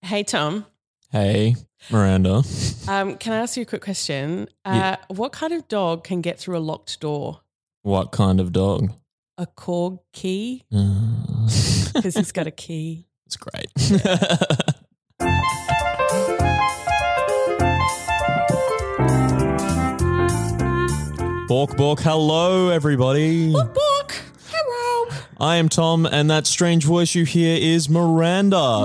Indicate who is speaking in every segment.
Speaker 1: Hey, Tom.
Speaker 2: Hey, Miranda.
Speaker 1: Um, can I ask you a quick question? Uh, What kind of dog can get through a locked door?
Speaker 2: What kind of dog?
Speaker 1: A corg key?
Speaker 2: Uh,
Speaker 1: Because he's got a key.
Speaker 2: it's great. Bork, bork. Hello, everybody.
Speaker 1: Book. Hello.
Speaker 2: I am Tom, and that strange voice you hear is Miranda.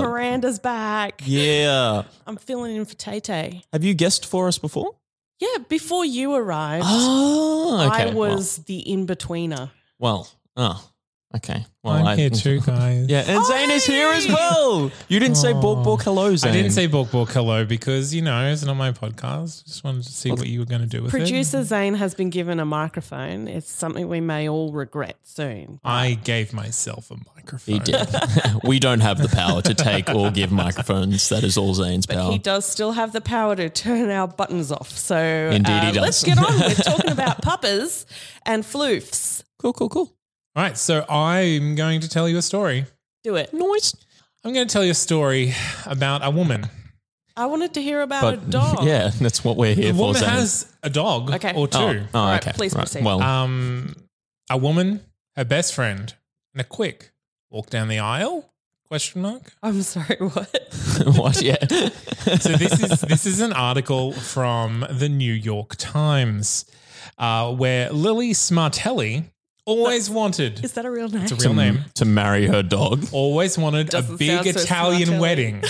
Speaker 1: Miranda's back.
Speaker 2: yeah.
Speaker 1: I'm filling in for Tay Tay.
Speaker 2: Have you guessed for us before?
Speaker 1: Yeah, before you arrived,
Speaker 3: Ah,
Speaker 2: Oh, okay.
Speaker 1: I was the in betweener.
Speaker 2: Well, well, oh, okay. Well,
Speaker 3: I'm
Speaker 2: I-
Speaker 3: here too, guys.
Speaker 2: Yeah, and Zane is here as well. You didn't say bork, bork. Hello, Zane.
Speaker 3: I didn't say Bork Bork Hello because, you know, it's not my podcast. Just wanted to see what you were going to do with it.
Speaker 1: Producer Zane has been given a microphone. It's something we may all regret soon.
Speaker 3: I gave myself a microphone.
Speaker 2: He did. we don't have the power to take or give microphones. That is all Zane's
Speaker 1: But
Speaker 2: power.
Speaker 1: he does still have the power to turn our buttons off. So
Speaker 2: Indeed
Speaker 1: uh,
Speaker 2: he does.
Speaker 1: let's get on. We're talking about puppers and floofs.
Speaker 2: Cool, cool, cool.
Speaker 3: All right, so I'm going to tell you a story.
Speaker 1: Do it.
Speaker 2: Noise.
Speaker 3: I'm going to tell you a story about a woman.
Speaker 1: I wanted to hear about a
Speaker 2: But
Speaker 1: dog.
Speaker 2: yeah, that's what we're here
Speaker 3: A
Speaker 2: for.
Speaker 3: woman
Speaker 2: Zane.
Speaker 3: has a dog
Speaker 1: Okay.
Speaker 3: or two.
Speaker 2: oh, oh,
Speaker 1: All right,
Speaker 2: okay.
Speaker 1: please
Speaker 2: right.
Speaker 1: proceed.
Speaker 2: Well,
Speaker 3: Um, a woman, her best friend, and a quick walk down the aisle? Question mark.
Speaker 1: I'm sorry, what?
Speaker 2: what? Yeah.
Speaker 3: So this is this is an article from the New York Times, uh, where Lily Smartelli always wanted
Speaker 1: Is that a real name?
Speaker 3: it's a
Speaker 2: to,
Speaker 3: real name.
Speaker 2: to marry her dog.
Speaker 3: Always wanted a
Speaker 1: Doesn't
Speaker 3: big
Speaker 1: sound so
Speaker 3: Italian
Speaker 1: Smartelli. Oh,
Speaker 3: wedding,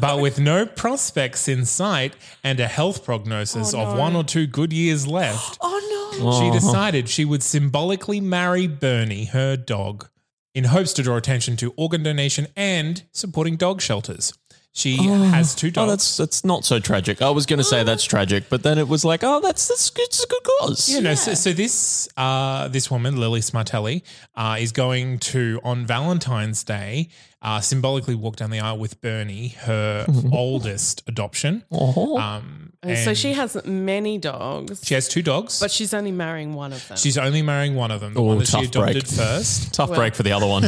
Speaker 3: but with no prospects in sight and a health prognosis of one or two good years left.
Speaker 1: oh no.
Speaker 2: Uh-huh.
Speaker 3: She decided she would symbolically marry Bernie, her dog, in hopes to draw attention to organ donation and supporting dog shelters. She has two
Speaker 2: Oh,
Speaker 3: dogs.
Speaker 2: that's that's not so tragic. I was going to
Speaker 3: Uh.
Speaker 2: say that's tragic, but then it was like, oh, that's that's good, it's a good cause.
Speaker 3: you know, so, so this uh, this woman, Lily Smartelli, uh, is going to on Valentine's Day uh, symbolically walk down the aisle with Bernie, her oldest adoption. Um,
Speaker 1: And so she has many dogs,
Speaker 3: she has two dogs,
Speaker 1: but she's only marrying one of them.
Speaker 3: she's only marrying one of them, the
Speaker 2: Oh,
Speaker 3: one that she
Speaker 2: tough break.
Speaker 3: adopted first.
Speaker 2: Tough break for the other one.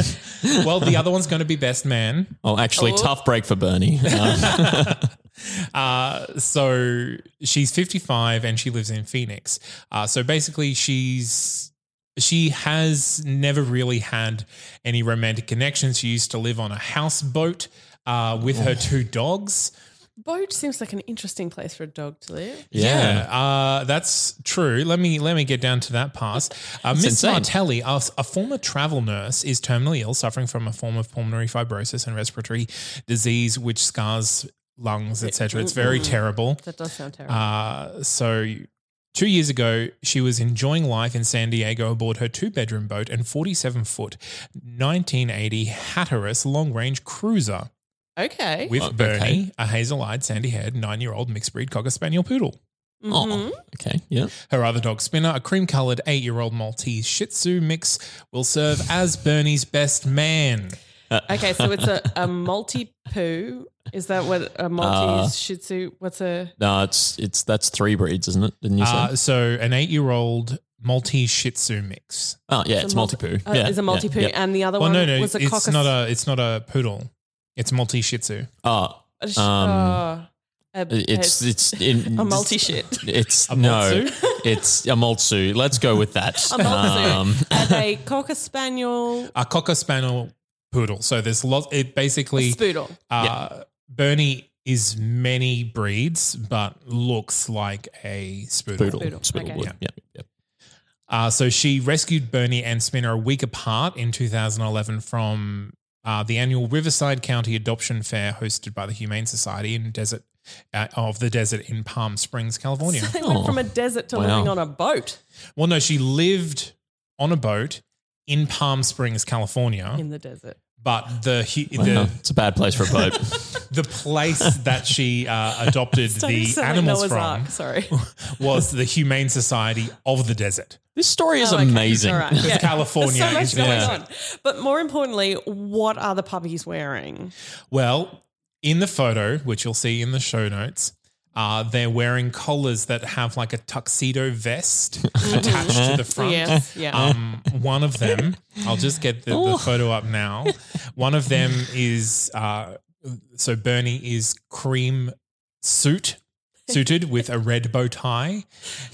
Speaker 3: well, the other one's going to be best man.
Speaker 2: Oh, actually,
Speaker 1: Oh.
Speaker 2: tough break for Bernie. Uh,
Speaker 3: Uh, so she's 55 and she lives in Phoenix. Uh, so basically, she's she has never really had any romantic connections. She used to live on a houseboat uh, with her two dogs.
Speaker 1: Boat seems like an interesting place for a dog to live.
Speaker 2: yeah.
Speaker 3: uh, that's true. Let me let me get down to that pass. Uh, Miss
Speaker 2: insane.
Speaker 3: Martelli, a, a former travel nurse, is terminally ill, suffering from a form of pulmonary fibrosis and respiratory disease, which scars lungs, etc. It's very terrible.
Speaker 1: That does sound terrible.
Speaker 3: Uh, so two years ago, she was enjoying life in San Diego aboard her two bedroom boat and 47 foot 1980 Hatteras long range cruiser
Speaker 1: okay.
Speaker 3: with
Speaker 2: Oh, Okay.
Speaker 3: Bernie, a hazel eyed, sandy haired, nine year old mixed breed Cocker Spaniel poodle.
Speaker 1: Mm-hmm.
Speaker 2: Oh, okay. Yeah.
Speaker 3: Her other dog, Spinner, a cream colored eight year old Maltese Shih Tzu mix, will serve as Bernie's best man.
Speaker 1: Okay, so it's a, a multi poo. Is that what
Speaker 3: Uh,
Speaker 1: a Maltese Shih Tzu? What's a
Speaker 2: No, it's it's that's three breeds, isn't it? Didn't you say?
Speaker 3: Uh, so, an eight year old Maltese Shih Tzu mix.
Speaker 2: oh, yeah, it's,
Speaker 1: a
Speaker 2: multi
Speaker 1: multi-
Speaker 2: poo.
Speaker 1: Uh,
Speaker 2: yeah,
Speaker 1: Is a multi poo,
Speaker 2: Yeah,
Speaker 1: and the other
Speaker 3: Well,
Speaker 1: one
Speaker 3: no, no,
Speaker 1: was
Speaker 3: it's
Speaker 1: a cocker.
Speaker 3: not a it's not a poodle. It's multi Shih Tzu.
Speaker 2: Oh,
Speaker 1: a sh-
Speaker 2: um,
Speaker 1: oh, a-
Speaker 2: it's
Speaker 1: a-
Speaker 2: it's in,
Speaker 1: a multi shit.
Speaker 2: It's
Speaker 3: A
Speaker 2: no,
Speaker 3: Maltsu?
Speaker 2: it's a maltsu. Let's go with that.
Speaker 1: A Maltese
Speaker 2: Um,
Speaker 1: and a cocker spaniel
Speaker 3: a cocker spaniel poodle. So there's lots. It basically
Speaker 1: spoodle.
Speaker 3: uh, Bernie is many breeds, but looks like a spoodle.
Speaker 2: poodle,
Speaker 1: Poodle,
Speaker 2: Spoodle
Speaker 1: okay.
Speaker 2: wood. Yeah. yeah.
Speaker 3: Uh, so she rescued Bernie and Spinner a week apart in 2011 from uh, the annual Riverside County Adoption Fair hosted by the Humane Society in desert uh, of the desert in Palm Springs, California.
Speaker 1: So they went from a desert to
Speaker 2: Oh, Wow.
Speaker 1: living on a boat
Speaker 3: well, no, she lived on a boat in Palm Springs, California.
Speaker 1: in the desert.
Speaker 3: But the he,
Speaker 2: No,
Speaker 3: the
Speaker 2: it's a bad place for a boat.
Speaker 3: the place that she uh, adopted
Speaker 1: Starting to
Speaker 3: the
Speaker 1: sound like Noah's
Speaker 3: animals from
Speaker 1: Ark, sorry.
Speaker 3: was the Humane Society of the Desert.
Speaker 2: this story is
Speaker 1: Oh, okay.
Speaker 2: amazing.
Speaker 1: All right. Yeah.
Speaker 3: California
Speaker 1: There's so
Speaker 3: is
Speaker 1: much going
Speaker 2: yeah.
Speaker 1: on. But more importantly, what are the puppies wearing?
Speaker 3: Well, in the photo, which you'll see in the show notes, uh, they're wearing collars that have like a tuxedo vest attached to the front.
Speaker 2: Uh,
Speaker 1: Yes, Mm-hmm. yeah.
Speaker 3: Um, one of them, I'll just get the, the photo up now. One of them is uh, so Bernie is cream suit suited with a red bow tie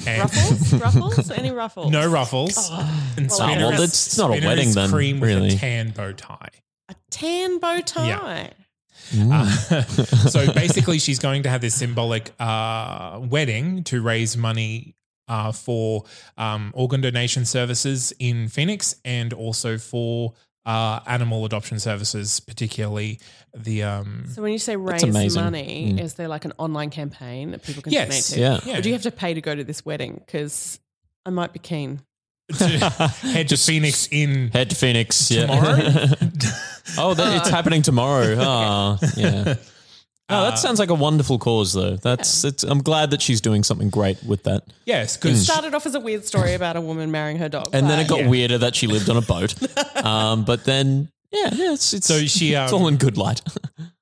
Speaker 3: and
Speaker 1: ruffles? ruffles? Any ruffles? Oh,
Speaker 3: no ruffles. and
Speaker 1: Well,
Speaker 3: Spinner
Speaker 1: well,
Speaker 3: is-
Speaker 2: that's not a
Speaker 3: Spinner
Speaker 2: wedding
Speaker 3: is
Speaker 2: then,
Speaker 3: Cream with
Speaker 2: really.
Speaker 3: a tan bow tie.
Speaker 1: A tan bow tie.
Speaker 2: Hmm.
Speaker 3: Uh,
Speaker 2: Mm.
Speaker 3: so basically, she's going to have this symbolic uh, wedding to raise money uh, for um, organ donation services in Phoenix and also for uh, animal adoption services, particularly the. Um,
Speaker 1: So when you say raise
Speaker 2: amazing.
Speaker 1: money,
Speaker 2: Mm.
Speaker 1: is there like an online campaign that people can donate
Speaker 3: yes.
Speaker 1: to?
Speaker 2: Yeah.
Speaker 1: Or do you have to pay to go to this wedding? Because I might be keen.
Speaker 3: head to Phoenix in.
Speaker 2: Head to Phoenix yeah.
Speaker 3: Ah. Tomorrow?
Speaker 2: oh, that,
Speaker 1: Uh.
Speaker 2: it's happening tomorrow. Ah, yeah. Oh,
Speaker 3: Uh.
Speaker 2: that sounds like a wonderful cause, though. That's. It's, I'm glad that she's doing something great with that.
Speaker 3: Yes, because
Speaker 2: Hmm.
Speaker 1: Started off as a weird story about a woman marrying her dog.
Speaker 2: Mm. And then it
Speaker 1: but-
Speaker 2: got weirder that she lived on a boat. um, but then, yeah, yeah it's, it's
Speaker 3: So she,
Speaker 2: it's
Speaker 3: um,
Speaker 2: all in good light.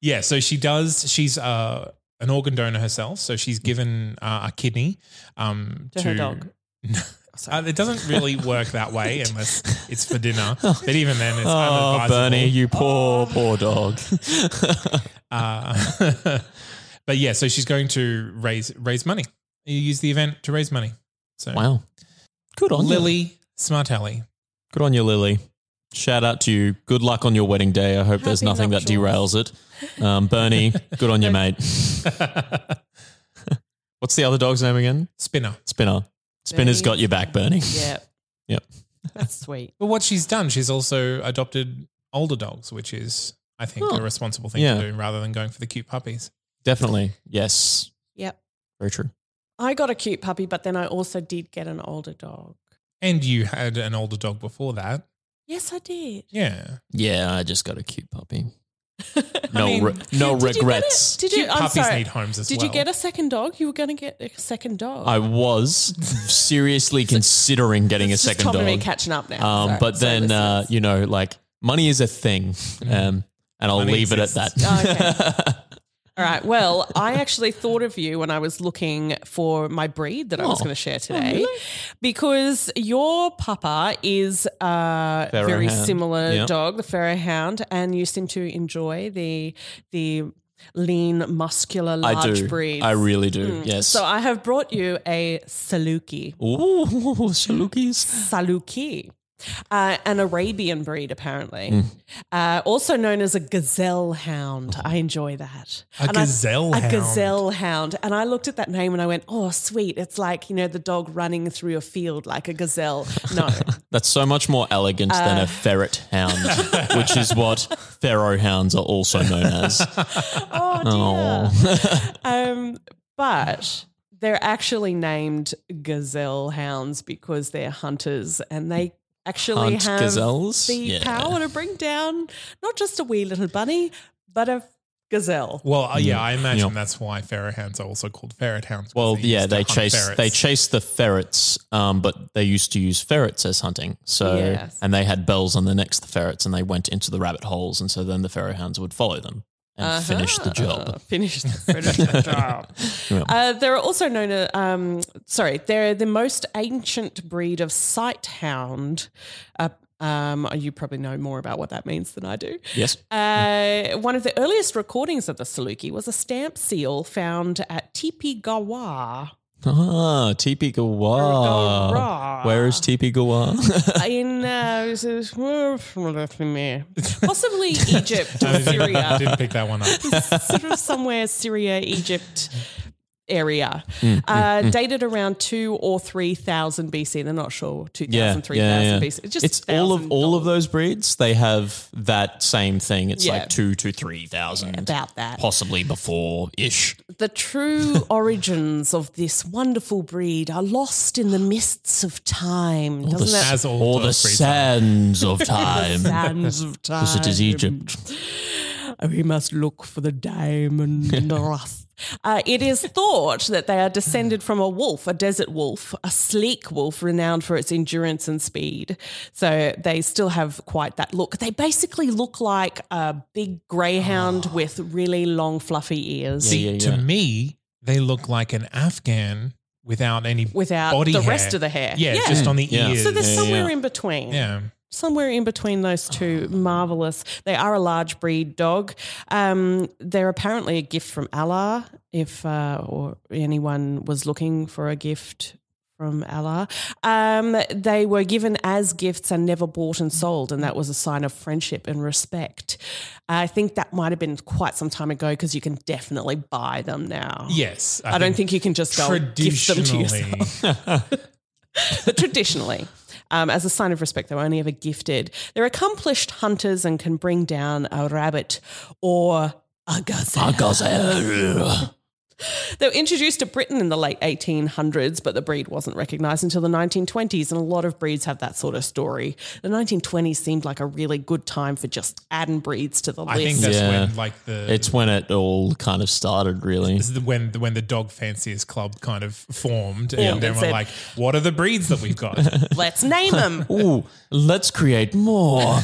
Speaker 3: Yeah, so she does. She's uh, an organ donor herself, so
Speaker 2: Hmm.
Speaker 3: she's given uh, a kidney um,
Speaker 1: To her dog.
Speaker 3: Uh, it doesn't really work that way unless it's for dinner. But even then, it's
Speaker 2: oh,
Speaker 3: unadvisable.
Speaker 2: Bernie, you poor,
Speaker 3: Oh.
Speaker 2: poor dog.
Speaker 3: Uh, but yeah, so she's going to raise raise money. You use the event to raise money. So
Speaker 2: Wow. Good on Lily.
Speaker 3: Lily Smartelli.
Speaker 2: Good on you, Lily. Shout out to you. Good luck on your wedding day. I hope there's
Speaker 1: Happy
Speaker 2: nothing that
Speaker 1: nuptials.
Speaker 2: derails it. Um, Bernie, good on you, mate. What's the other dog's name again?
Speaker 3: Spinner.
Speaker 2: Spinner. Spinner's
Speaker 1: Bernie.
Speaker 2: got your back, Bernie.
Speaker 1: Yep.
Speaker 2: Yep.
Speaker 1: That's sweet.
Speaker 3: But what she's done, she's also adopted older dogs, which is, I think,
Speaker 2: Oh.
Speaker 3: a responsible thing
Speaker 2: Yeah.
Speaker 3: to do rather than going for the cute puppies.
Speaker 2: Definitely. Yes.
Speaker 1: Yep.
Speaker 2: Very true.
Speaker 1: I got a cute puppy, but then I also did get an older dog.
Speaker 3: And you had an older dog before that.
Speaker 1: Yes, I did.
Speaker 3: Yeah.
Speaker 2: Yeah, I just got a cute puppy. No,
Speaker 3: mean,
Speaker 2: re- no
Speaker 1: Did you get a-
Speaker 2: regrets.
Speaker 1: Did you?
Speaker 3: Cute
Speaker 1: I'm
Speaker 3: puppies
Speaker 1: sorry.
Speaker 3: need homes as
Speaker 1: did
Speaker 3: well.
Speaker 1: you get a second dog? You were going to get a second dog.
Speaker 2: I was seriously considering getting a
Speaker 1: It's just
Speaker 2: second
Speaker 1: Tom and
Speaker 2: dog.
Speaker 1: me catching up now.
Speaker 2: Um,
Speaker 1: Sorry.
Speaker 2: but
Speaker 1: Sorry,
Speaker 2: then, uh,
Speaker 1: listeners.
Speaker 2: you know, like money is a thing,
Speaker 1: Mm.
Speaker 2: um, and I'll
Speaker 3: Money
Speaker 2: leave it at
Speaker 3: exists.
Speaker 1: Oh,
Speaker 2: that.
Speaker 1: all right. Well, I actually thought of you when I was looking for my breed that I was
Speaker 2: Oh.
Speaker 1: going to share today, because your papa is a
Speaker 2: Pharaoh
Speaker 1: very
Speaker 2: hound.
Speaker 1: similar
Speaker 2: Yeah.
Speaker 1: dog, the Pharaoh Hound, and you seem to enjoy the the lean, muscular, large
Speaker 2: I do.
Speaker 1: breeds. Mm.
Speaker 2: I really do. Yes.
Speaker 1: So I have brought you a Saluki.
Speaker 2: Ooh, Salukis.
Speaker 1: Saluki, uh, an Arabian breed, apparently,
Speaker 3: Hmm.
Speaker 1: uh, also known as a gazelle hound. I enjoy that.
Speaker 3: A
Speaker 1: I-
Speaker 3: gazelle
Speaker 1: A
Speaker 3: hound.
Speaker 1: gazelle hound. And I looked at that name and I went, oh, sweet. It's like, you know, the dog running through a field like a gazelle. No.
Speaker 2: That's so much more elegant than
Speaker 1: Uh,
Speaker 2: a ferret hound, which is what pharaoh hounds are also known as.
Speaker 1: oh, dear. um, but. They're actually named gazelle hounds because they're hunters and they actually
Speaker 2: Hunt
Speaker 1: have
Speaker 2: gazelles?
Speaker 1: the
Speaker 2: Yeah.
Speaker 1: power to bring down not just a wee little bunny, but a gazelle.
Speaker 3: Well, uh, yeah, I imagine
Speaker 2: Yeah.
Speaker 3: that's why ferret hounds are also called ferret hounds. 'cause
Speaker 2: Well,
Speaker 3: they
Speaker 2: yeah,
Speaker 3: used to
Speaker 2: they
Speaker 3: hunt
Speaker 2: chase
Speaker 3: ferrets.
Speaker 2: they chase the ferrets, um, but they used to use ferrets as hunting. So
Speaker 1: Yes.
Speaker 2: and they had bells on the necks of the ferrets, and they went into the rabbit holes, and so then the pharaoh hounds would follow them and finish the job.
Speaker 1: Uh-huh. Finish the, finish the
Speaker 2: Oh.
Speaker 1: job.
Speaker 2: Yeah.
Speaker 1: Uh, they're also known as, um, sorry, they're the most ancient breed of sight hound. Uh, um, you probably know more about what that means than I do.
Speaker 2: Yes.
Speaker 1: Uh, one of the earliest recordings of the Saluki was a stamp seal found at Tipi Gawa
Speaker 2: Ah, Tipi Gawa.
Speaker 1: Gawa.
Speaker 2: Where is Tipi Gawa?
Speaker 1: in uh, it says- possibly Egypt
Speaker 3: I
Speaker 1: or
Speaker 3: didn't,
Speaker 1: Syria.
Speaker 3: didn't pick that one up.
Speaker 1: sort of somewhere Syria, Egypt, area,
Speaker 2: Mm,
Speaker 1: uh, dated around two or three thousand BC. They're not sure two thousand,
Speaker 2: Yeah,
Speaker 1: three
Speaker 2: yeah,
Speaker 1: thousand
Speaker 2: yeah.
Speaker 1: BC. It's just
Speaker 2: it's all of
Speaker 1: 1,000
Speaker 2: all of those breeds. They have that same thing. It's
Speaker 1: Yeah.
Speaker 2: like two to three thousand,
Speaker 1: about that.
Speaker 2: possibly before ish.
Speaker 1: The true origins of this wonderful breed are lost in the mists of time. Doesn't that
Speaker 3: As all
Speaker 2: or the
Speaker 3: those breeds are.
Speaker 2: sands of time,
Speaker 1: sands of time.
Speaker 2: because it is Egypt.
Speaker 1: um, We must look for the diamond in the rough. Uh, it is thought that they are descended from a wolf, a desert wolf, a sleek wolf renowned for its endurance and speed. So they still have quite that look. They basically look like a big greyhound
Speaker 3: Ah.
Speaker 1: with really long, fluffy ears.
Speaker 2: Yeah, yeah,
Speaker 3: To
Speaker 2: yeah.
Speaker 3: me, they look like an Afghan without any
Speaker 1: Without
Speaker 3: body
Speaker 1: the
Speaker 3: hair.
Speaker 1: rest of the hair.
Speaker 3: Yeah,
Speaker 1: Yeah.
Speaker 3: just on the
Speaker 2: Mm, Yeah.
Speaker 3: ears.
Speaker 1: So they're
Speaker 2: Yeah,
Speaker 1: somewhere
Speaker 2: yeah.
Speaker 1: in between.
Speaker 3: yeah.
Speaker 1: somewhere in between those two. Marvelous. They are a large breed dog. Um, they're apparently a gift from Allah. If uh, or anyone was looking for a gift from Allah, um, they were given as gifts and never bought and sold, and that was a sign of friendship and respect. I think that might have been quite some time ago because you can definitely buy them now.
Speaker 3: Yes.
Speaker 1: I, don't think you can just go gift them to yourself
Speaker 3: traditionally.
Speaker 1: but traditionally, um, as a sign of respect, they were only ever gifted. They're accomplished hunters and can bring down a rabbit or a gazelle.
Speaker 2: Gazelle.
Speaker 1: They were introduced to Britain in the late 1800s, but the breed wasn't recognised until the 1920s, and a lot of breeds have that sort of story. The 1920s seemed like a really good time for just adding breeds to the
Speaker 3: I
Speaker 1: list.
Speaker 3: think that's
Speaker 2: Yeah.
Speaker 3: when like the
Speaker 2: It's when it all kind of started, really.
Speaker 3: this is the- when when the dog fanciers club kind of formed, and then
Speaker 1: and
Speaker 3: we're
Speaker 1: said-
Speaker 3: like, what are the breeds that we've got?
Speaker 1: Let's name them.
Speaker 2: Ooh, let's create more.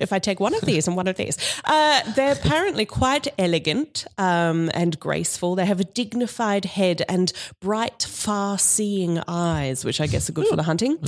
Speaker 1: if I take one of these and one of these. Uh, they're apparently quite elegant um, and graceful. They have a dignified head and bright, far seeing eyes, which I guess are good for the hunting,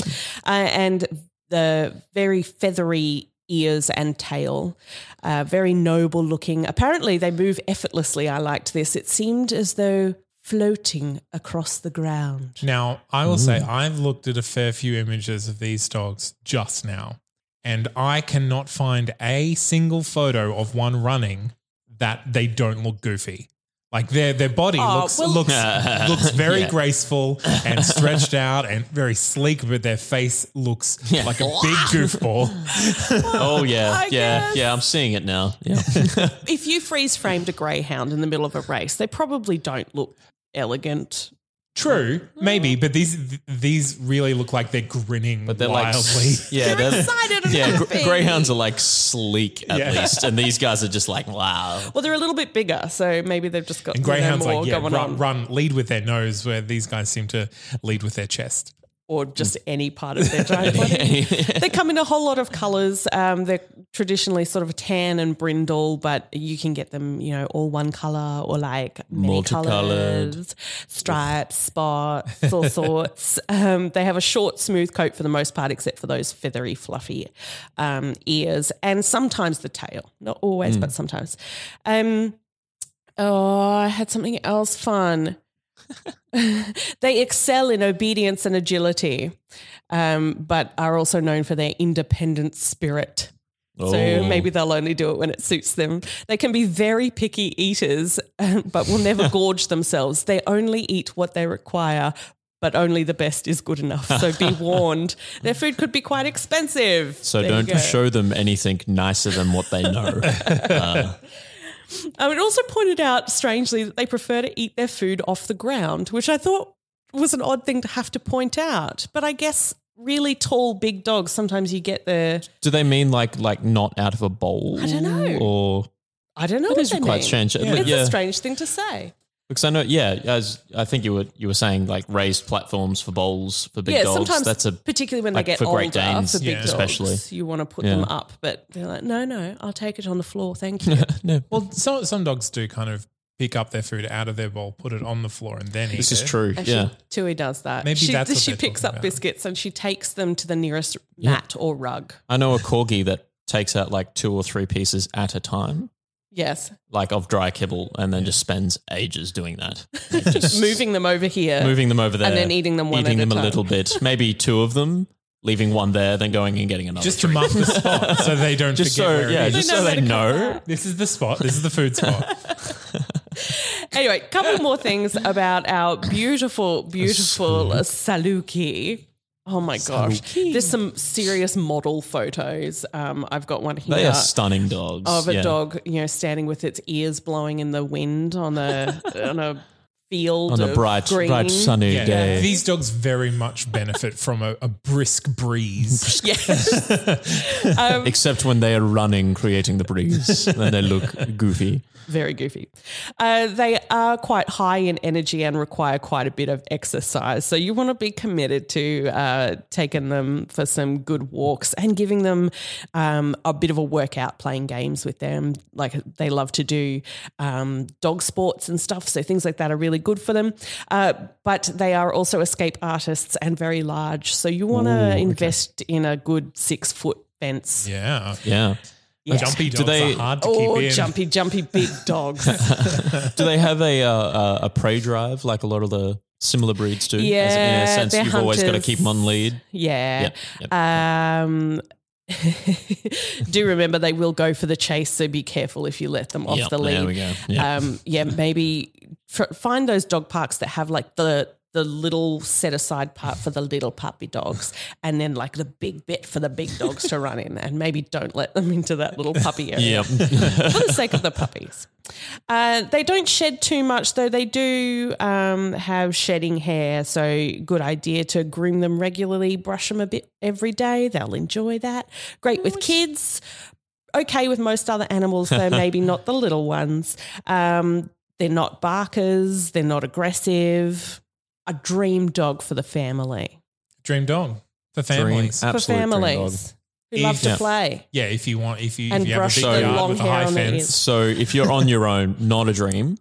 Speaker 1: uh, and the very feathery. Ears and tail, uh, very noble looking. Apparently, they move effortlessly. I liked this. It seemed as though floating across the ground.
Speaker 3: now, I will
Speaker 2: Mm.
Speaker 3: say I've looked at a fair few images of these dogs just now, and I cannot find a single photo of one running that they don't look goofy. Like their their body
Speaker 1: Oh,
Speaker 3: looks
Speaker 1: well-
Speaker 3: looks looks very
Speaker 2: Yeah.
Speaker 3: graceful and stretched out and very sleek, but their face looks
Speaker 2: Yeah.
Speaker 3: like a big goofball.
Speaker 2: oh
Speaker 1: I
Speaker 2: yeah, yeah,
Speaker 1: guess.
Speaker 2: yeah. I'm seeing it now. Yeah.
Speaker 1: If you freeze framed a greyhound in the middle of a race, they probably don't look elegant.
Speaker 3: True, maybe, but these th- these really look like they're grinning
Speaker 2: But they're like,
Speaker 3: wildly.
Speaker 2: s- yeah,
Speaker 1: They're
Speaker 2: they're
Speaker 1: excited and
Speaker 2: yeah. gr-
Speaker 1: happy.
Speaker 2: greyhounds are like sleek at
Speaker 3: Yeah.
Speaker 2: least, and these guys are just like, wow.
Speaker 1: Well, they're a little bit bigger, so maybe they've just got
Speaker 3: and
Speaker 1: you know,
Speaker 3: greyhounds
Speaker 1: more
Speaker 3: like yeah,
Speaker 1: going
Speaker 3: run,
Speaker 1: on,
Speaker 3: run, lead with their nose, where these guys seem to lead with their chest.
Speaker 1: or just
Speaker 3: Mm.
Speaker 1: any part of their giant body.
Speaker 2: yeah,
Speaker 1: They come in a whole lot of colours. Um, they're traditionally sort of tan and brindle, but you can get them, you know, all one colour or like many
Speaker 2: Multicoloured.
Speaker 1: colours, stripes, spots, all sorts. Um, they have a short, smooth coat for the most part, except for those feathery, fluffy um, ears and sometimes the tail. Not always, but sometimes. Um, oh, I had something else fun. they excel in obedience and agility, um, but are also known for their independent spirit. So
Speaker 2: Oh.
Speaker 1: maybe they'll only do it when it suits them. They can be very picky eaters, um, but will never gorge themselves. They only eat what they require, but only the best is good enough. So be warned. Their food could be quite expensive.
Speaker 2: So
Speaker 1: There you
Speaker 2: don't
Speaker 1: go.
Speaker 2: show them anything nicer than what they know. Uh,
Speaker 1: Um, it also pointed out strangely that they prefer to eat their food off the ground, which I thought was an odd thing to have to point out. But I guess really tall, big dogs sometimes you get the
Speaker 2: do they mean like like not out of a bowl? I
Speaker 1: don't know.
Speaker 2: Or
Speaker 1: I don't know
Speaker 2: that
Speaker 1: what
Speaker 2: is
Speaker 1: they
Speaker 2: quite
Speaker 1: mean.
Speaker 2: strange. Yeah.
Speaker 1: It's
Speaker 2: yeah.
Speaker 1: a strange thing to say.
Speaker 2: Because I know, yeah, as I think you were you were saying, like raised platforms for bowls for big
Speaker 1: yeah,
Speaker 2: dogs.
Speaker 1: sometimes
Speaker 2: That's a
Speaker 1: particularly when
Speaker 2: like
Speaker 1: they get
Speaker 2: for
Speaker 1: older,
Speaker 2: Great Danes,
Speaker 1: for big
Speaker 3: yeah.
Speaker 1: dogs,
Speaker 2: especially.
Speaker 1: you want to put
Speaker 2: Yeah.
Speaker 1: them up, but they're like, no, no, I'll take it on the floor, thank you.
Speaker 2: no.
Speaker 3: Well, some some dogs do kind of pick up their food out of their bowl, put it on the floor, and then eat
Speaker 2: This is
Speaker 3: it.
Speaker 2: true. yeah,
Speaker 1: Tui does that.
Speaker 3: Maybe
Speaker 1: she
Speaker 3: that's what
Speaker 1: she
Speaker 3: they're
Speaker 1: picks
Speaker 3: talking
Speaker 1: up
Speaker 3: about.
Speaker 1: biscuits and she takes them to the nearest mat or rug.
Speaker 2: I know a corgi that takes out like two or three pieces at a time,
Speaker 1: Yes,
Speaker 2: like of dry kibble, and then just spends ages doing that, just
Speaker 1: moving them over here.
Speaker 2: moving them over there,
Speaker 1: And then eating them one
Speaker 2: eating
Speaker 1: at a
Speaker 2: them a,
Speaker 1: time.
Speaker 2: little bit, maybe two of them, leaving one there, then going and getting another.
Speaker 3: Just to mark the spot so they don't
Speaker 2: just
Speaker 3: forget
Speaker 2: so
Speaker 3: where
Speaker 2: yeah,
Speaker 3: it is.
Speaker 2: just
Speaker 1: know
Speaker 2: so
Speaker 1: where
Speaker 2: they
Speaker 1: to come
Speaker 2: know.
Speaker 1: back.
Speaker 3: This is the spot. This is the food spot.
Speaker 1: Anyway, couple more things about our beautiful, beautiful Saluki. Oh my gosh. There's some serious model photos. Um, I've got one here
Speaker 2: They are stunning dogs.
Speaker 1: of a
Speaker 2: Yeah.
Speaker 1: dog, you know, standing with its ears blowing in the wind on a on a field
Speaker 2: on a
Speaker 1: of
Speaker 2: bright,
Speaker 1: green.
Speaker 2: bright sunny
Speaker 3: Yeah.
Speaker 2: day.
Speaker 3: These dogs very much benefit from a, a brisk breeze.
Speaker 1: Yes. um,
Speaker 2: Except when they are running, creating the breeze, and they look goofy.
Speaker 1: very goofy. Uh, they are quite high in energy and require quite a bit of exercise. So you want to be committed to uh, taking them for some good walks and giving them um, a bit of a workout, playing games with them. Like they love to do um, dog sports and stuff. So things like that are really good for them. Uh, but they are also escape artists and very large. So you want to invest in a good six foot fence.
Speaker 3: Yeah.
Speaker 2: Yeah.
Speaker 1: Yeah.
Speaker 3: Jumpy dogs
Speaker 2: they-
Speaker 3: are hard to
Speaker 1: Oh,
Speaker 3: keep in.
Speaker 1: jumpy, jumpy big dogs.
Speaker 2: Do they have a uh, uh, a prey drive like a lot of the similar breeds do? As in
Speaker 1: Yeah,
Speaker 2: a sense,
Speaker 1: they're
Speaker 2: you've always got to
Speaker 1: hunters.
Speaker 2: keep them on lead.
Speaker 1: Yeah.
Speaker 2: Yep, yep.
Speaker 1: Um, do remember they will go for the chase, so be careful if you let them off
Speaker 2: Yep,
Speaker 1: the lead.
Speaker 2: There we go. Yeah.
Speaker 1: Um, yeah, maybe tr- find those dog parks that have like the the little set aside part for the little puppy dogs, and then like the big bit for the big dogs to run in, and maybe don't let them into that little puppy area
Speaker 2: yeah.
Speaker 1: for the sake of the puppies. Uh, they don't shed too much, though they do um, have shedding hair. So, good idea to groom them regularly, brush them a bit every day. They'll enjoy that. Great with kids. Okay with most other animals, though maybe not the little ones. Um, they're not barkers. They're not aggressive. A dream dog for the family.
Speaker 3: Dream dog for
Speaker 2: Dream- uh,
Speaker 3: families.
Speaker 2: absolute
Speaker 1: for
Speaker 2: dream dog.
Speaker 1: families who
Speaker 3: If-
Speaker 1: love to
Speaker 2: Yeah.
Speaker 1: play.
Speaker 3: Yeah, if you want, if you,
Speaker 1: And
Speaker 3: if you have a
Speaker 1: brush
Speaker 3: big
Speaker 2: the
Speaker 3: yard
Speaker 2: long
Speaker 3: with a
Speaker 1: hair
Speaker 3: high
Speaker 1: on their
Speaker 3: fence,
Speaker 1: ears.
Speaker 2: So if you're on your own, not a dream,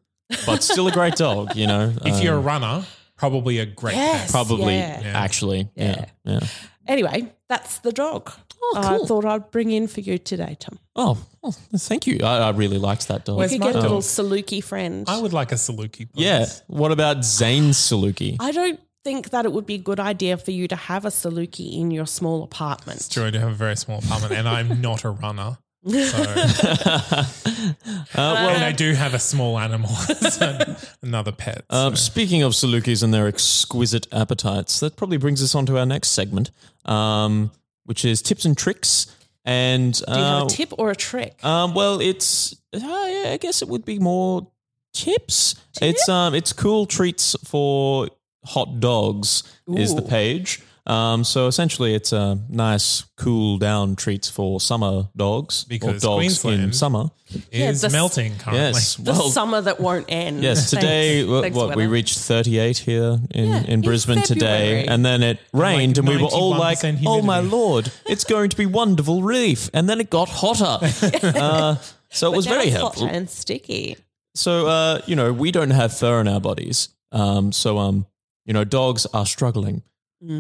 Speaker 2: but still a great dog, you know.
Speaker 3: if
Speaker 2: Um,
Speaker 3: you're a runner, probably a great
Speaker 1: Yes.
Speaker 3: pet.
Speaker 2: probably
Speaker 1: Yeah.
Speaker 2: actually, yeah. yeah,
Speaker 1: Anyway, that's the dog.
Speaker 2: Oh,
Speaker 1: I
Speaker 2: cool.
Speaker 1: thought I'd bring in for you today, Tom.
Speaker 2: Oh, well, thank you. I, I really liked that dog.
Speaker 1: We
Speaker 3: Where's
Speaker 1: could
Speaker 3: my
Speaker 1: get a
Speaker 3: dog?
Speaker 1: little Saluki friend.
Speaker 3: um, I would like a Saluki. please.
Speaker 2: yeah. What about Zane Saluki?
Speaker 1: I don't think that it would be a good idea for you to have a Saluki in your small apartment.
Speaker 3: It's true. I do have a very small apartment and I'm not a runner. So.
Speaker 2: uh,
Speaker 3: and
Speaker 2: Oh,
Speaker 1: Uh,
Speaker 2: well,
Speaker 3: I do have a small animal, so another pet. so.
Speaker 2: um, speaking of Salukis and their exquisite appetites, that probably brings us on to our next segment, um, which is tips and tricks. And
Speaker 1: Do you have
Speaker 2: uh,
Speaker 1: a tip or a trick?
Speaker 2: Um, well, it's uh, yeah, I guess it would be more tips. It's um, it's cool treats for hot dogs is the
Speaker 1: Ooh.
Speaker 2: page. Um, so essentially, it's a nice cool down treats for summer dogs or
Speaker 3: Because
Speaker 2: dogs in
Speaker 3: Queensland-
Speaker 2: summer.
Speaker 1: yeah,
Speaker 3: is
Speaker 1: the s-
Speaker 3: melting currently.
Speaker 2: Yes,
Speaker 1: the
Speaker 2: well,
Speaker 1: summer that won't end.
Speaker 2: yes.
Speaker 1: Thanks-
Speaker 2: Today, wha-
Speaker 1: thanks,
Speaker 2: what, we
Speaker 1: weather.
Speaker 2: reached thirty eight here in,
Speaker 1: Yeah,
Speaker 2: in
Speaker 1: in
Speaker 2: Brisbane today,
Speaker 1: February.
Speaker 2: and then it rained, and we were all like,
Speaker 3: 91%
Speaker 2: "Oh my
Speaker 3: humidity."
Speaker 2: lord, it's going to be wonderful relief," and then it got hotter. uh, so it was
Speaker 1: Now
Speaker 2: very
Speaker 1: it's
Speaker 2: helpful.
Speaker 1: hot and sticky.
Speaker 2: So, uh, you know, we don't have fur in our bodies. Um, so, um, you know, dogs are struggling.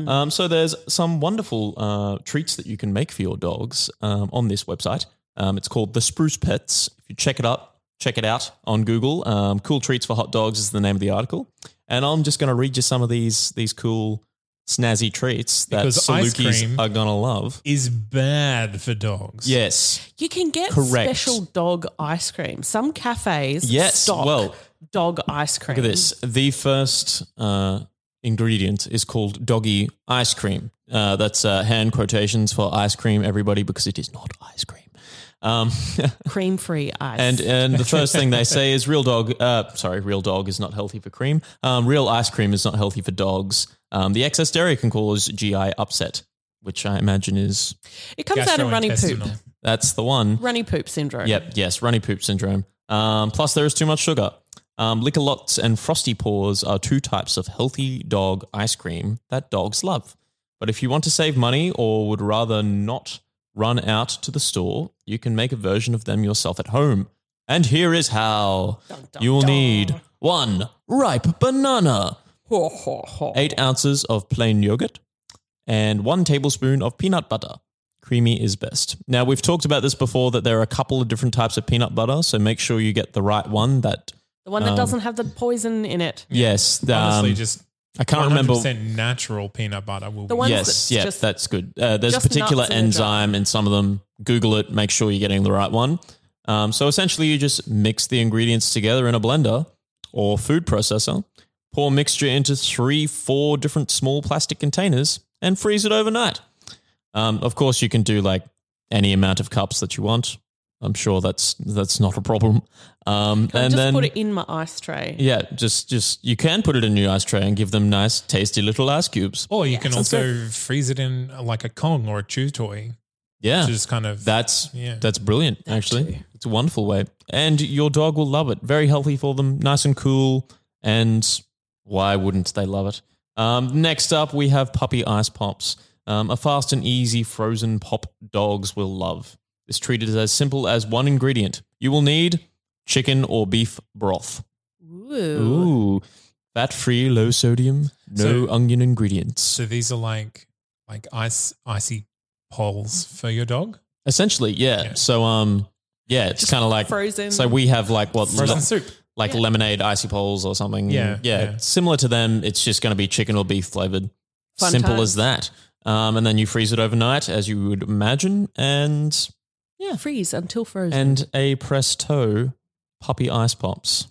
Speaker 2: Um, so, there's some wonderful uh, treats that you can make for your dogs um, on this website. Um, it's called The Spruce Pets. If you check it up, check it out on Google. Um, cool treats for hot dogs is the name of the article. And I'm just going to read you some of these these cool snazzy treats that
Speaker 3: Because ice
Speaker 2: Salukis
Speaker 3: cream-
Speaker 2: are going to love.
Speaker 3: Is bad for dogs.
Speaker 2: Yes.
Speaker 1: You can get
Speaker 2: Correct.
Speaker 1: special dog ice cream. Some cafes
Speaker 2: Yes,
Speaker 1: stock
Speaker 2: well,
Speaker 1: dog ice cream.
Speaker 2: Look at this. The first uh, ingredient is called doggy ice cream. Uh, that's uh, hand quotations for ice cream, everybody, because it is not ice cream. Um,
Speaker 1: Cream free ice.
Speaker 2: and and the first thing they say is real dog. Uh, sorry, real dog is not healthy for cream. Um, real ice cream is not healthy for dogs. Um, the excess dairy can cause GI upset, which I imagine is
Speaker 1: it comes out in runny poop.
Speaker 3: Gastrointestinal.
Speaker 2: that's the one.
Speaker 1: Runny poop syndrome.
Speaker 2: Yep, yes, runny poop syndrome. Um, plus, there is too much sugar. Um, Lickalots and Frosty Paws are two types of healthy dog ice cream that dogs love. But if you want to save money or would rather not run out to the store, you can make a version of them yourself at home. And here is how you'll need one ripe banana,
Speaker 1: Ho, ho, ho.
Speaker 2: eight ounces of plain yogurt, and one tablespoon of peanut butter. Creamy is best. Now, we've talked about this before that there are a couple of different types of peanut butter, so make sure you get the right one. That,
Speaker 1: The
Speaker 2: Um,
Speaker 1: one that doesn't have the poison in it.
Speaker 2: yes, um,
Speaker 3: Honestly, just
Speaker 2: I can't remember.
Speaker 3: 100% natural peanut butter will
Speaker 1: The
Speaker 3: be
Speaker 1: one- ones
Speaker 2: Yes,
Speaker 1: that's
Speaker 2: yeah,
Speaker 1: just-
Speaker 2: that's good. Uh, there's a
Speaker 1: just
Speaker 2: particular
Speaker 1: nuts in a
Speaker 2: enzyme in some of them. Google it, make sure you're getting the right one. Um, so essentially, you just mix the ingredients together in a blender or food processor, pour mixture into three, four different small plastic containers, and freeze it overnight. Um, of course, you can do like any amount of cups that you want. I'm sure that's that's not a problem. Um,
Speaker 1: I
Speaker 2: and
Speaker 1: just
Speaker 2: then
Speaker 1: put it in my ice tray.
Speaker 2: yeah, just just you can put it in your ice tray and give them nice, tasty little ice cubes.
Speaker 1: Oh.
Speaker 3: Or you can
Speaker 2: Sounds
Speaker 3: also freeze it in uh, like a Kong or a chew toy.
Speaker 2: Yeah,
Speaker 3: Just kind of
Speaker 2: that's
Speaker 3: Yeah.
Speaker 2: that's brilliant. actually, it's a wonderful way, and your dog will love it. Very healthy for them, nice and cool. And why wouldn't they love it? Um, next up, we have puppy ice pops. Um, a fast and easy frozen pop dogs will love. It's treated as simple as one ingredient. You will need chicken or beef broth.
Speaker 1: Ooh.
Speaker 2: Ooh, fat free, low sodium, no
Speaker 3: So-
Speaker 2: onion ingredients.
Speaker 3: so these are like like ice icy poles for your dog.
Speaker 2: Essentially, yeah.
Speaker 3: Yeah.
Speaker 2: So, um, yeah, it's kind of like
Speaker 1: frozen.
Speaker 2: So we have like what
Speaker 3: Frozen
Speaker 2: le-
Speaker 3: soup.
Speaker 2: like lemonade icy poles or something.
Speaker 3: Yeah,
Speaker 2: yeah,
Speaker 3: yeah.
Speaker 2: Similar to them, it's just going to be chicken or beef flavored.
Speaker 1: Fun
Speaker 2: Simple
Speaker 1: times.
Speaker 2: as that. Um, and then you freeze it overnight, as you would imagine, and
Speaker 1: freeze until frozen.
Speaker 2: and a presto puppy ice pops.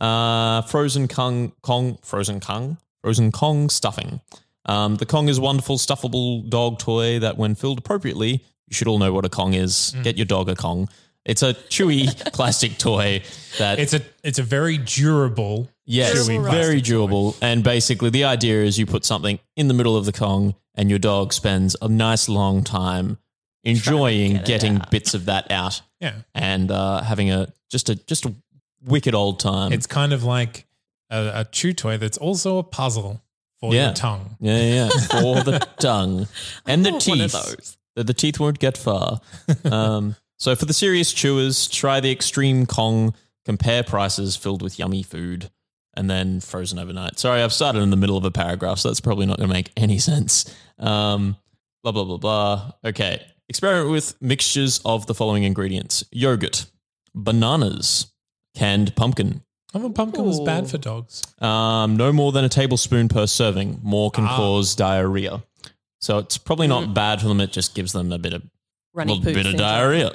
Speaker 2: Uh, frozen Kong, Kong, frozen Kong, frozen Kong stuffing. Um, the Kong is a wonderful stuffable dog toy that, when filled appropriately, you should all know what a Kong is. Get your dog a Kong. It's a chewy plastic toy that
Speaker 3: It's a it's a very durable
Speaker 2: Yes,
Speaker 3: chewy
Speaker 2: very
Speaker 3: plastic
Speaker 2: durable. And basically, the idea is you put something in the middle of the Kong, and your dog spends a nice long time enjoying
Speaker 1: get it
Speaker 2: getting
Speaker 1: out.
Speaker 2: bits of that out
Speaker 3: Yeah.
Speaker 2: and uh, having a just a just a wicked old time.
Speaker 3: It's kind of like a, a chew toy that's also a puzzle for
Speaker 2: Yeah.
Speaker 3: your tongue.
Speaker 2: yeah, yeah, yeah. for the tongue and the
Speaker 1: want
Speaker 2: teeth.
Speaker 1: Oh, one of those.
Speaker 2: The, the teeth won't get far. Um, so for the serious chewers, try the Extreme Kong. Compare prices filled with yummy food. and then frozen overnight. Sorry, I've started in the middle of a paragraph, so that's probably not going to make any sense. Um, blah, blah, blah, blah. Okay. Experiment with mixtures of the following ingredients yogurt, bananas, canned pumpkin.
Speaker 3: I'm a pumpkin was bad for dogs.
Speaker 2: Um, no more than a tablespoon per serving. More can
Speaker 3: Ah.
Speaker 2: cause diarrhea. So it's probably not bad for them. It just gives them a bit of a
Speaker 1: Runny
Speaker 2: little
Speaker 1: poo
Speaker 2: bit of
Speaker 1: syndrome.
Speaker 2: diarrhea.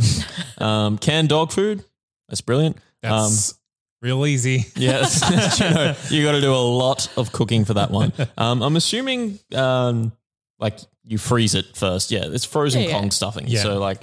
Speaker 2: um, canned dog food. That's brilliant. um,
Speaker 3: That's real easy.
Speaker 2: Yes, you know, you got to do a lot of cooking for that one. Um, I'm assuming, um, like you freeze it first. Yeah, it's frozen
Speaker 1: Yeah, yeah.
Speaker 2: Kong stuffing.
Speaker 3: Yeah.
Speaker 2: So like,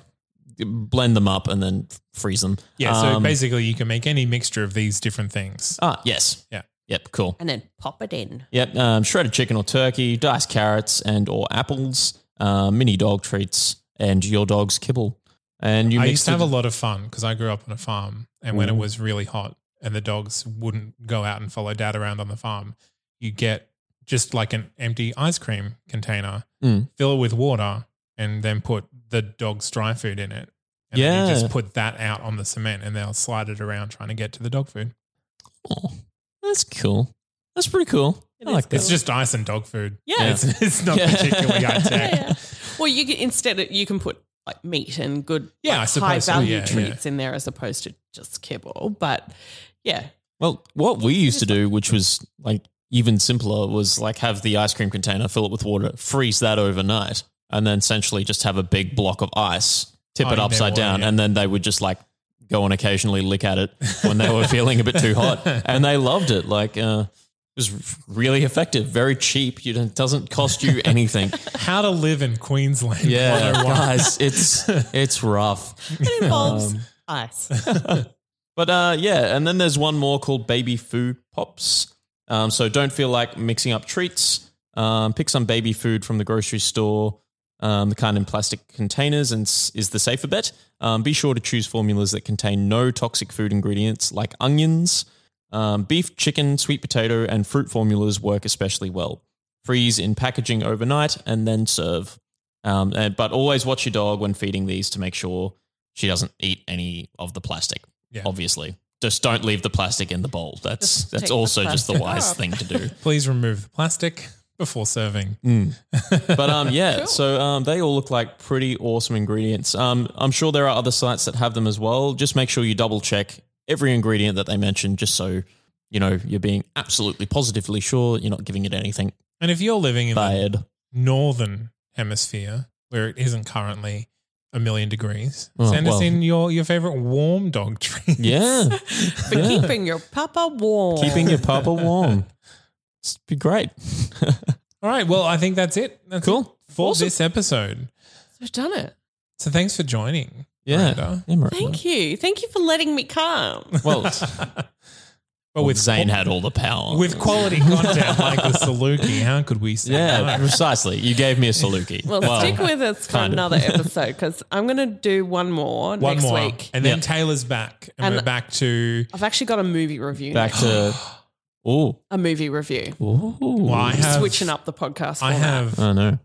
Speaker 2: blend them up and then freeze them.
Speaker 3: Yeah, so
Speaker 2: Um,
Speaker 3: basically you can make any mixture of these different things.
Speaker 2: Ah, yes.
Speaker 3: Yeah.
Speaker 2: Yep. Cool.
Speaker 1: And then pop it in.
Speaker 2: Yep. Um, shredded chicken or turkey, diced carrots and or apples, uh, mini dog treats, and your dog's kibble. And you
Speaker 3: I
Speaker 2: mix
Speaker 3: used to
Speaker 2: it- Mm.
Speaker 3: have a lot of fun because I grew up on a farm, and when it
Speaker 2: Ooh.
Speaker 3: was really hot and the dogs wouldn't go out and follow dad around on the farm, you get just like an empty ice cream container,
Speaker 2: Mm.
Speaker 3: fill it with water, and then put the dog's dry food in it. And then you
Speaker 2: Yeah.
Speaker 3: just put that out on the cement, and they'll slide it around trying to get to the dog food.
Speaker 2: Oh, that's cool. That's pretty cool.
Speaker 1: It
Speaker 2: I
Speaker 1: is
Speaker 2: like
Speaker 3: It's
Speaker 2: this.
Speaker 3: just ice and dog food.
Speaker 1: Yeah.
Speaker 3: it's, it's not
Speaker 2: Yeah.
Speaker 3: particularly high tech.
Speaker 1: Yeah, yeah. Well, you can, instead it- you can put like meat and good,
Speaker 3: Yeah,
Speaker 1: like,
Speaker 3: I suppose
Speaker 1: high
Speaker 3: so,
Speaker 1: value
Speaker 3: yeah,
Speaker 1: treats in there as opposed to just kibble. But yeah,
Speaker 2: Well, what we used to do, which was like even simpler, was like have the ice cream container, fill it with water, freeze that overnight, and then essentially just have a big block of ice, tip
Speaker 3: Oh,
Speaker 2: it
Speaker 3: in
Speaker 2: upside
Speaker 3: their water,
Speaker 2: down,
Speaker 3: yeah.
Speaker 2: and then they would just like go and occasionally lick at it when they were feeling a bit too hot, and they loved it. Like uh, it was really effective, very cheap. You don't, it doesn't cost you anything.
Speaker 3: How to live in Queensland?
Speaker 2: yeah,
Speaker 3: 101.
Speaker 2: guys, it's it's rough.
Speaker 1: it involves
Speaker 2: Um,
Speaker 1: ice.
Speaker 2: But uh, yeah, and then there's one more called baby food pops. Um, so don't feel like mixing up treats. Um, pick some baby food from the grocery store, um, the kind in plastic containers, and s- is the safer bet. Um, be sure to choose formulas that contain no toxic food ingredients like onions. Um, beef, chicken, sweet potato, and fruit formulas work especially well. Freeze in packaging overnight and then serve. Um, and, but always watch your dog when feeding these to make sure she doesn't eat any of the plastic.
Speaker 3: Yeah.
Speaker 2: Obviously, just don't leave the plastic in the bowl. That's
Speaker 1: Just take
Speaker 2: that's
Speaker 1: the
Speaker 2: also just the
Speaker 1: plastic
Speaker 2: wise
Speaker 1: off.
Speaker 2: thing to do.
Speaker 3: Please remove the plastic before serving.
Speaker 2: But um, yeah, so um, they all look like pretty awesome ingredients. Um, I'm sure there are other sites that have them as well. Just make sure you double check every ingredient that they mention, just so you know you're being absolutely positively sure you're not giving it anything
Speaker 3: And if you're living in the
Speaker 2: bad.
Speaker 3: northern hemisphere where it isn't currently a million degrees.
Speaker 2: Oh,
Speaker 3: Send us
Speaker 2: well.
Speaker 3: in your, your favorite warm dog treat.
Speaker 2: Yeah.
Speaker 1: For
Speaker 2: Yeah.
Speaker 1: keeping your papa warm.
Speaker 2: Keeping your papa warm. It'd be great.
Speaker 3: All right. Well, I think that's it. That's
Speaker 2: Cool.
Speaker 3: it for
Speaker 2: Awesome.
Speaker 3: this episode.
Speaker 1: We've done it.
Speaker 3: So thanks for joining.
Speaker 2: Yeah.
Speaker 3: Miranda.
Speaker 2: yeah Miranda.
Speaker 1: Thank you. Thank you for letting me come.
Speaker 2: Well,
Speaker 3: But
Speaker 2: with
Speaker 3: with
Speaker 2: Zane had all the power.
Speaker 3: with quality content like the Saluki, how could we say
Speaker 2: yeah,
Speaker 3: no?
Speaker 2: precisely. You gave me a Saluki.
Speaker 1: Well, stick with us for
Speaker 2: kind of.
Speaker 1: another episode because I'm going to do one more
Speaker 3: One
Speaker 1: next
Speaker 3: more,
Speaker 1: week.
Speaker 3: and then
Speaker 2: Yeah.
Speaker 3: Taylor's back, and,
Speaker 1: And-
Speaker 3: we're back to.
Speaker 1: I've actually got a movie review.
Speaker 2: back
Speaker 1: next-
Speaker 2: to. Oh.
Speaker 1: a movie review.
Speaker 2: Ooh. Uh.
Speaker 3: I have
Speaker 1: Switching up the podcast.
Speaker 3: I
Speaker 1: format.
Speaker 3: have
Speaker 2: I know.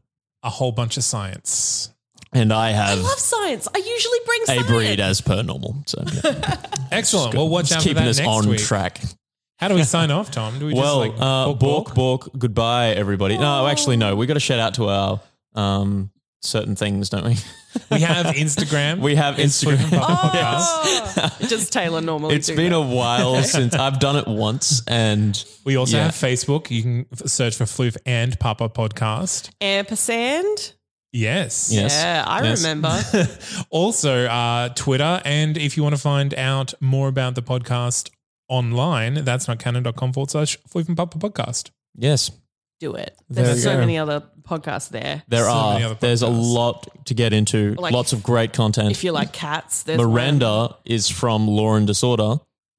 Speaker 3: a whole bunch of science.
Speaker 2: And I
Speaker 1: I
Speaker 2: have
Speaker 1: love science. I usually bring
Speaker 2: a
Speaker 1: science.
Speaker 2: breed as per normal. So yeah.
Speaker 3: Excellent. Well, watch
Speaker 2: Just
Speaker 3: out for
Speaker 2: keeping
Speaker 3: that
Speaker 2: us
Speaker 3: next
Speaker 2: on
Speaker 3: week.
Speaker 2: track.
Speaker 3: How do we sign off, Tom? Do we
Speaker 2: well,
Speaker 3: just like
Speaker 2: uh, bork,
Speaker 3: bork, bork?
Speaker 2: bork, goodbye, everybody. No, actually, no. We got to shout out to our um, certain things, don't we?
Speaker 3: We have Instagram.
Speaker 2: We have
Speaker 3: It's Food
Speaker 2: Instagram.
Speaker 3: for Papa
Speaker 1: Oh,
Speaker 3: Podcast.
Speaker 1: does Taylor normally?
Speaker 2: It's
Speaker 1: do
Speaker 2: been
Speaker 1: that?
Speaker 2: a while since I've done it once, and
Speaker 3: We also
Speaker 2: Yeah.
Speaker 3: have Facebook. You can f- search for Floof and Papa Podcast.
Speaker 1: ampersand.
Speaker 3: Yes.
Speaker 2: Yes.
Speaker 1: Yeah, I
Speaker 2: Yes.
Speaker 1: remember.
Speaker 3: also, uh, Twitter. And if you want to find out more about the podcast online, that's not canon.com forward slash Floof and Papa Podcast.
Speaker 2: yes,
Speaker 1: do it.
Speaker 2: There
Speaker 1: There's
Speaker 2: you
Speaker 1: so
Speaker 2: go.
Speaker 1: many other podcasts there.
Speaker 2: there
Speaker 3: So many
Speaker 2: are.
Speaker 3: other
Speaker 2: There's a
Speaker 3: podcasts.
Speaker 2: lot to get into.
Speaker 1: Like-
Speaker 2: lots of great content.
Speaker 1: If you like cats, there's
Speaker 2: Miranda
Speaker 1: one.
Speaker 2: is from Law and Disorder.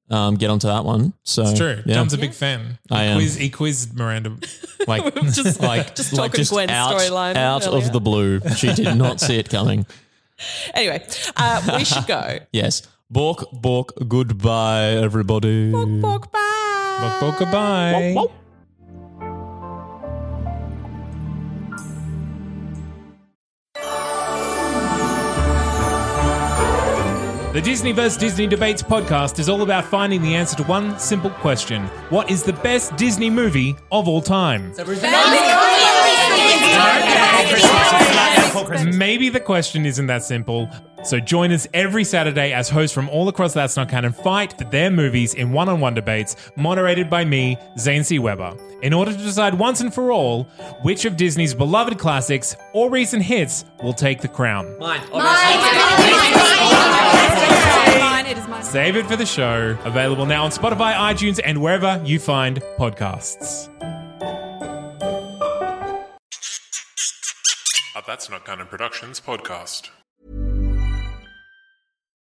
Speaker 2: Um, get onto that one. So
Speaker 3: It's true.
Speaker 2: Uh, Yeah.
Speaker 3: Tom's a
Speaker 1: Yeah.
Speaker 3: big fan. He
Speaker 2: I am.
Speaker 3: quiz- he quizzed Miranda.
Speaker 2: like
Speaker 1: just
Speaker 2: like
Speaker 1: just
Speaker 2: like
Speaker 1: talking
Speaker 2: just
Speaker 1: Gwen's
Speaker 2: out,
Speaker 1: storyline
Speaker 2: out
Speaker 1: earlier.
Speaker 2: of the blue. She did not see it coming.
Speaker 1: Anyway, uh, we should go.
Speaker 2: Yes. Bork, bork, goodbye, everybody.
Speaker 1: Walk back.
Speaker 3: But well, goodbye. The Disney vs. Disney Debates podcast is all about finding the answer to one simple question What is the best Disney movie of all time? Maybe the question isn't that simple. So join us every Saturday as hosts from all across That's Not Canon fight for their movies in one-on-one debates moderated by me, Zane C. Weber, in order to decide once and for all which of Disney's beloved classics or recent hits will take the crown. Save it for the show. Available now on Spotify, iTunes, and wherever you find podcasts.
Speaker 4: A That's Not Canon Productions podcast.